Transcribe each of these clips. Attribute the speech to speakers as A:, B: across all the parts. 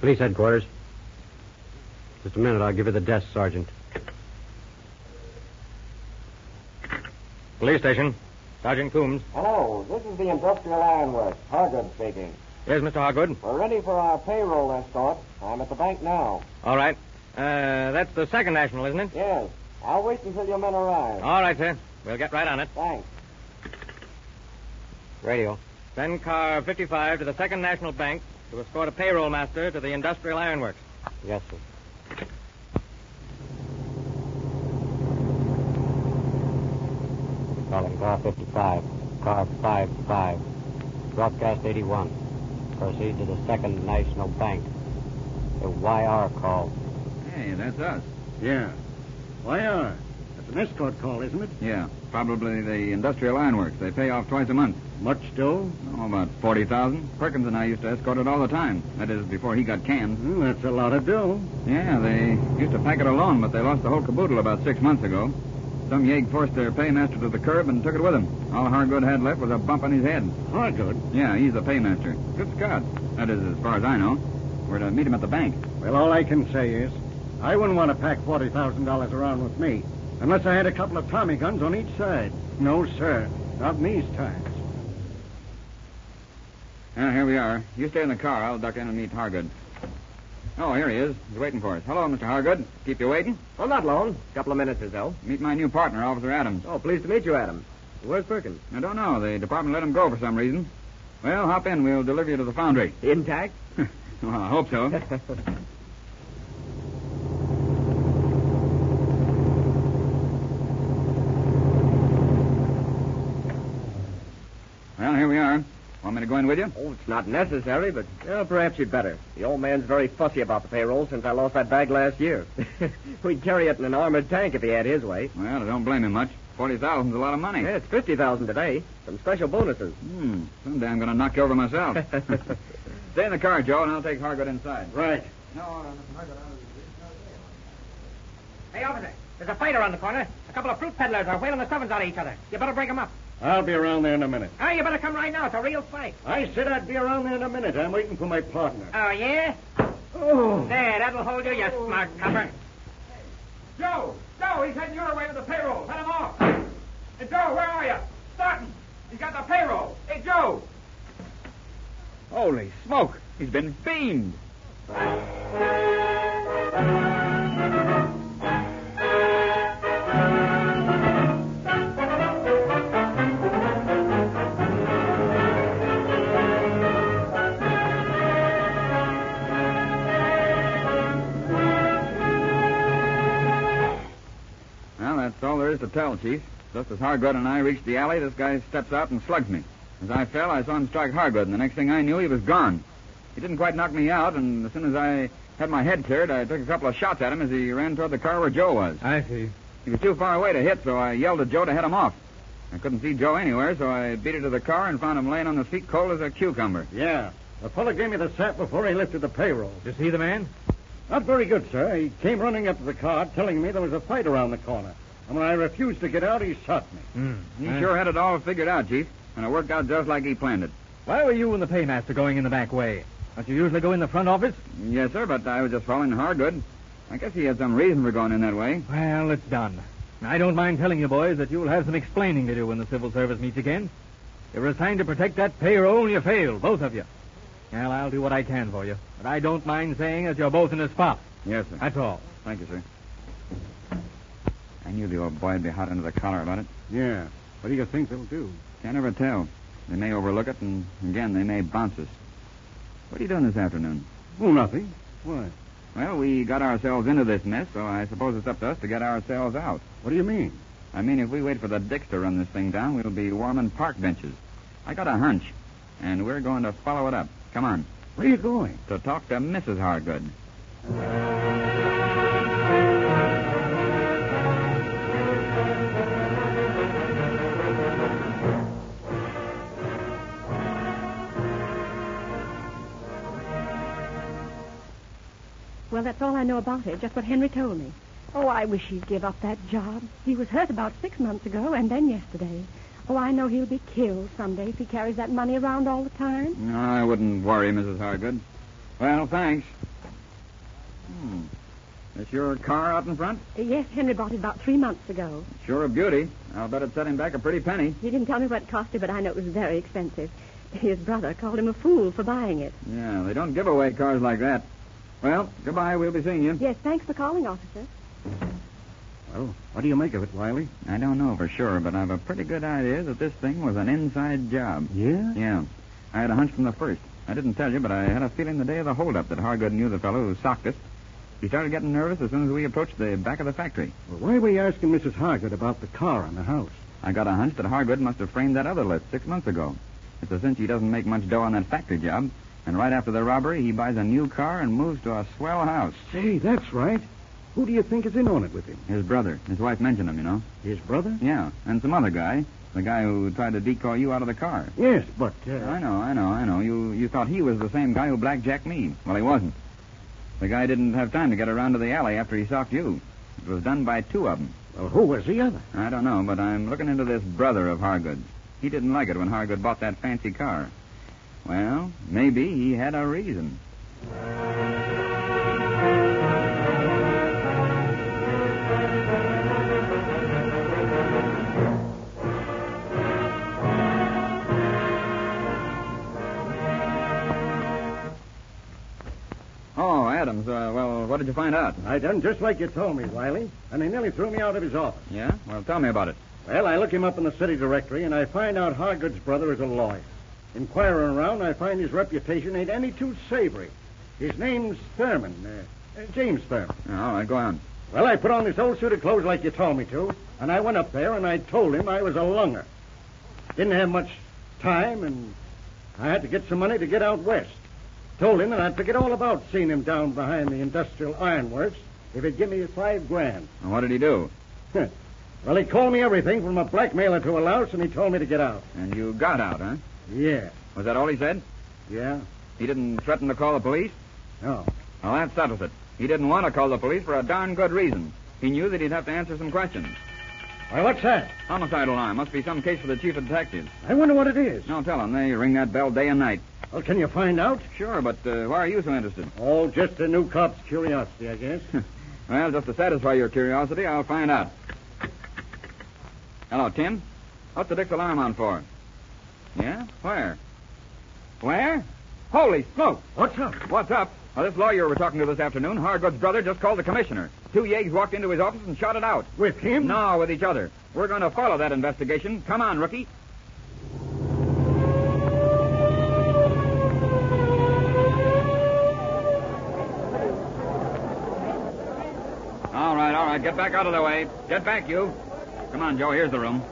A: Police headquarters. Just a minute, I'll give you the desk, Sergeant. Police station. Sergeant Coombs.
B: Hello, this is the Industrial Ironworks. Hargood speaking.
A: Yes, Mr. Hargood.
B: We're ready for our payroll escort. I'm at the bank now.
A: All right. Uh, that's the second national, isn't it?
B: Yes. I'll wait until your men arrive.
A: All right, sir. We'll get right on it.
B: Thanks.
A: Radio. Send car 55 to the Second National Bank to escort a payroll master to the Industrial Ironworks.
B: Yes, sir.
A: Calling car 55, car 55, broadcast 81. Proceed to the Second National Bank. The YR call.
C: Hey, that's us.
D: Yeah. Why are? That's an escort call, isn't it?
C: Yeah, probably the Industrial Ironworks. They pay off twice a month.
D: Much dough?
C: Oh, about 40,000. Perkins and I used to escort it all the time. That is, before he got canned.
D: Hmm, that's a lot of dough.
C: Yeah, they used to pack it alone, but they lost the whole caboodle about six months ago. Some yegg forced their paymaster to the curb and took it with him. All Hargood had left was a bump on his head.
D: Hargood?
C: Yeah, he's the paymaster. Good Scott. That is, as far as I know. We're to meet him at the bank.
D: Well, all I can say is, I wouldn't want to pack $40,000 around with me unless I had a couple of Tommy guns on each side. No, sir. Not in these times.
C: Yeah, here we are. You stay in the car. I'll duck in and meet Hargood. Oh, here he is. He's waiting for us. Hello, Mr. Hargood. Keep you waiting.
B: Well, not long. A couple of minutes or so.
C: Meet my new partner, Officer Adams.
B: Oh, pleased to meet you, Adam. Where's Perkins?
C: I don't know. The department let him go for some reason. Well, hop in. We'll deliver you to the foundry.
B: Intact?
C: well, I hope so. well, here we are. Want me to go in with you?
B: Oh, it's not necessary, but uh, perhaps you'd better. The old man's very fussy about the payroll since I lost that bag last year. We'd carry it in an armored tank if he had his way.
C: Well, I don't blame him much. Forty thousand's a lot of money.
B: Yeah, it's 50000 today. Some special bonuses.
C: Hmm. Someday I'm going to knock you over myself. Stay in the car, Joe, and I'll take Hargood inside.
D: Right.
C: No, no, Hargood.
A: Hey, officer, there's a fight around the corner. A couple of fruit peddlers are whaling the sevens out of each other. You better break 'em up.
D: I'll be around there in a minute.
A: Oh, you better come right now. It's a real fight.
D: I said I'd be around there in a minute. I'm waiting for my partner.
A: Oh, yeah?
D: Oh.
A: There, that'll hold you, you smart copper.
E: Joe! Joe, he's heading your way with the payroll. Let him off. Hey, Joe, where are you? Starting. He's got the payroll. Hey, Joe!
C: Holy smoke! He's been beamed. Well, that's all there is to tell, Chief. Just as Hargood and I reached the alley, this guy steps out and slugs me. As I fell, I saw him strike Hargood, and the next thing I knew, he was gone. He didn't quite knock me out, and as soon as I had my head cleared, I took a couple of shots at him as he ran toward the car where Joe was.
E: I see.
C: He was too far away to hit, so I yelled at Joe to head him off. I couldn't see Joe anywhere, so I beat her to the car and found him laying on the seat cold as a cucumber.
D: Yeah. The fellow gave me the sap before he lifted the payroll.
E: Did you see the man?
D: Not very good, sir. He came running up to the car telling me there was a fight around the corner. And when I refused to get out, he shot me.
E: Hmm.
C: He sure had it all figured out, Chief, and it worked out just like he planned it.
E: Why were you and the paymaster going in the back way? Don't you usually go in the front office?
C: Yes, sir, but I was just following Hargood. I guess he had some reason for going in that way.
E: Well, it's done. I don't mind telling you, boys, that you'll have some explaining to do when the civil service meets again. You were assigned to protect that payroll, and you failed, both of you. Well, I'll do what I can for you, but I don't mind saying that you're both in a spot.
C: Yes, sir.
E: That's all.
C: Thank you, sir. I knew the old boy'd be hot under the collar about it.
D: Yeah. What do you think they'll do?
C: Can't ever tell. They may overlook it, and again, they may bounce us. What are you doing this afternoon?
D: Oh, nothing. Why?
C: Well, we got ourselves into this mess, so I suppose it's up to us to get ourselves out.
D: What do you mean?
C: I mean, if we wait for the dicks to run this thing down, we'll be warming park benches. I got a hunch, and we're going to follow it up. Come on,
D: Where are you going?
C: to talk to Mrs. Hargood.
F: Well, that's all I know about it, just what Henry told me. Oh, I wish he'd give up that job. He was hurt about six months ago and then yesterday. Oh, I know he'll be killed someday if he carries that money around all the time.
C: No, I wouldn't worry, Mrs. Hargood.
D: Well, thanks. Hmm. That's your car out in front?
F: Uh, Yes, Henry bought it about three months ago.
D: Sure a beauty. I'll bet it set him back a pretty penny.
F: He didn't tell me what it cost him, but I know it was very expensive. His brother called him a fool for buying it.
D: Yeah, they don't give away cars like that. Well, goodbye. We'll be seeing you.
F: Yes, thanks for calling, officer.
A: Well, what do you make of it, Wiley?
D: I don't know for sure, but I've a pretty good idea that this thing was an inside job.
A: Yeah?
D: Yeah. I had a hunch from the first. I didn't tell you, but I had a feeling the day of the holdup that Hargood knew the fellow who socked us. He started getting nervous as soon as we approached the back of the factory.
A: Well, why were you asking Mrs. Hargood about the car on the house?
D: I got a hunch that Hargood must have framed that other list six months ago. It's a cinch he doesn't make much dough on that factory job, and right after the robbery, he buys a new car and moves to a swell house.
A: Say, that's right. Who do you think is in on it with him?
D: His brother. His wife mentioned him, you know.
A: His brother?
D: Yeah, and some other guy. The guy who tried to decoy you out of the car.
A: Yes, but. Uh,
D: I know, I know, I know. You you thought he was the same guy who blackjacked me. Well, he wasn't. The guy didn't have time to get around to the alley after he socked you. It was done by two of them.
A: Well, who was the other?
D: I don't know, but I'm looking into this brother of Hargood's. He didn't like it when Hargood bought that fancy car. Well, maybe he had a reason. Oh, Adams, uh, well, what did you find out?
A: I done just like you told me, Wiley. And he nearly threw me out of his office.
D: Yeah? Well, tell me about it.
A: Well, I look him up in the city directory, and I find out Hargood's brother is a lawyer. Inquiring around, I find his reputation ain't any too savory. His name's Thurman, uh, uh, James Thurman.
D: Yeah, Oh, all right, go on.
A: Well, I put on this old suit of clothes like you told me to, and I went up there and I told him I was a lunger. Didn't have much time, and I had to get some money to get out west. Told him that I'd forget all about seeing him down behind the industrial ironworks if he'd give me five grand.
D: Well, what did he do?
A: Well, he called me everything from a blackmailer to a louse, and he told me to get out.
D: And you got out, huh?
A: Yeah,
D: Was that all he said?
A: yeah,
D: He didn't threaten to call the police?
A: no.
D: Well, that settles it. He didn't want to call the police for a darn good reason. He knew that he'd have to answer some questions.
A: Why, what's that?
D: Homicide alarm. Must be some case for the chief of detectives.
A: I wonder what it is.
D: No, tell him. They ring that bell day and night.
A: Well, can you find out?
D: Sure, but uh, why are you so interested?
A: Oh, just a new cop's curiosity, I guess.
D: Well, just to satisfy your curiosity, I'll find out. Hello, Tim. What's the Dick's alarm on for? Yeah? Where? Where? Holy smoke!
A: what's up?
D: What's up? Well, this lawyer we're talking to this afternoon, Hargood's brother, just called the commissioner. Two yeggs walked into his office and shot it out.
A: With him?
D: No, with each other. We're going to follow that investigation. Come on, rookie. All right, all right. Get back out of the way. Get back, you. Come on, Joe. Here's the room.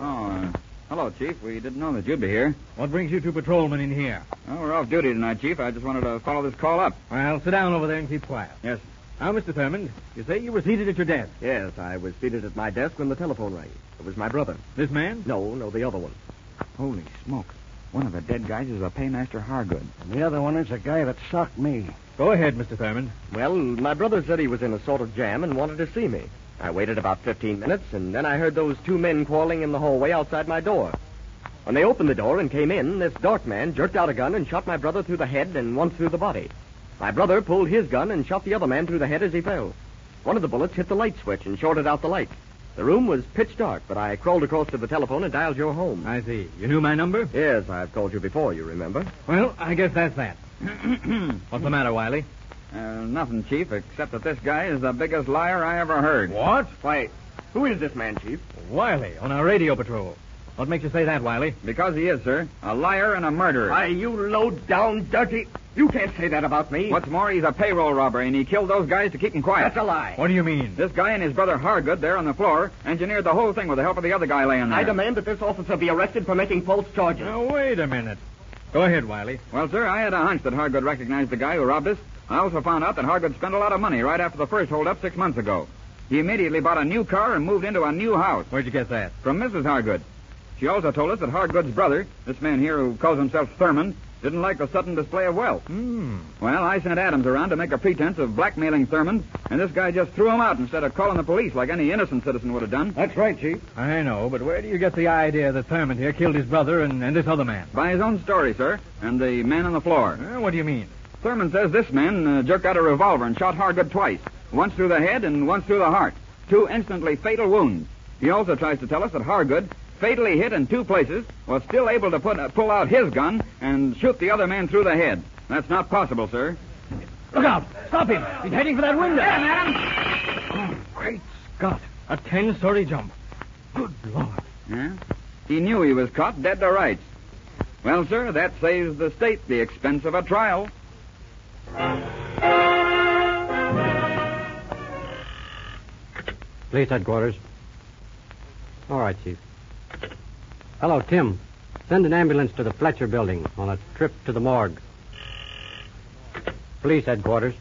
D: Oh, uh, hello, Chief. We didn't know that you'd be here.
C: What brings you two patrolmen in here?
D: Well, we're off duty tonight, Chief. I just wanted to follow this call up.
C: Well, sit down over there and keep quiet.
D: Yes.
C: Now, Mr. Thurmond, you say you were seated at your desk.
B: Yes, I was seated at my desk when the telephone rang. It was my brother.
C: This man?
B: No, no, the other one.
D: Holy smoke. One of the dead guys is a paymaster Hargood.
A: And the other one is the guy that socked me.
C: Go ahead, Mr. Thurmond.
B: Well, my brother said he was in a sort of jam and wanted to see me. I waited about 15 minutes, and then I heard those two men quarreling in the hallway outside my door. When they opened the door and came in, this dark man jerked out a gun and shot my brother through the head and once through the body. My brother pulled his gun and shot the other man through the head as he fell. One of the bullets hit the light switch and shorted out the light. The room was pitch dark, but I crawled across to the telephone and dialed your home.
C: I see. You knew my number?
B: Yes, I've told you before, you remember.
C: Well, I guess that's that. What's the matter, Wiley?
D: Uh, nothing, Chief, except that this guy is the biggest liar I ever heard.
C: What?
B: Why, who is this man, Chief?
C: Wiley, on our radio patrol. What makes you say that, Wiley?
D: Because he is, sir. A liar and a murderer.
B: Why, you low down dirty. You can't say that about me.
D: What's more, he's a payroll robber, and he killed those guys to keep him quiet.
B: That's a lie.
C: What do you mean?
D: This guy and his brother Hargood, there on the floor, engineered the whole thing with the help of the other guy laying there.
B: I demand that this officer be arrested for making false charges.
C: Now, wait a minute. Go ahead, Wiley.
D: Well, sir, I had a hunch that Hargood recognized the guy who robbed us. I also found out that Hargood spent a lot of money right after the first holdup six months ago. He immediately bought a new car and moved into a new house.
C: Where'd you get that?
D: From Mrs. Hargood. She also told us that Hargood's brother, this man here who calls himself Thurman, Didn't like the sudden display of wealth.
C: Hmm.
D: Well, I sent Adams around to make a pretense of blackmailing Thurman, and this guy just threw him out instead of calling the police like any innocent citizen would have done.
A: That's right, Chief.
C: I know, but where do you get the idea that Thurman here killed his brother and, and this other man?
D: By his own story, sir, and the man on the floor.
C: Huh? what do you mean?
D: Thurman says this man uh, jerked out a revolver and shot Hargood twice, once through the head and once through the heart. Two instantly fatal wounds. He also tries to tell us that Hargood, fatally hit in two places, was still able to put, uh, pull out his gun and shoot the other man through the head. That's not possible, sir.
C: Look out! Stop him! He's heading for that window. Oh,
D: Adam!
C: Great Scott! A ten-story jump. Good Lord!
D: Yeah? He knew he was caught dead to rights. Well, sir, that saves the state the expense of a trial.
G: Police headquarters. All right, Chief. Hello, Tim. Send an ambulance to the Fletcher building on a trip to the morgue. Police headquarters.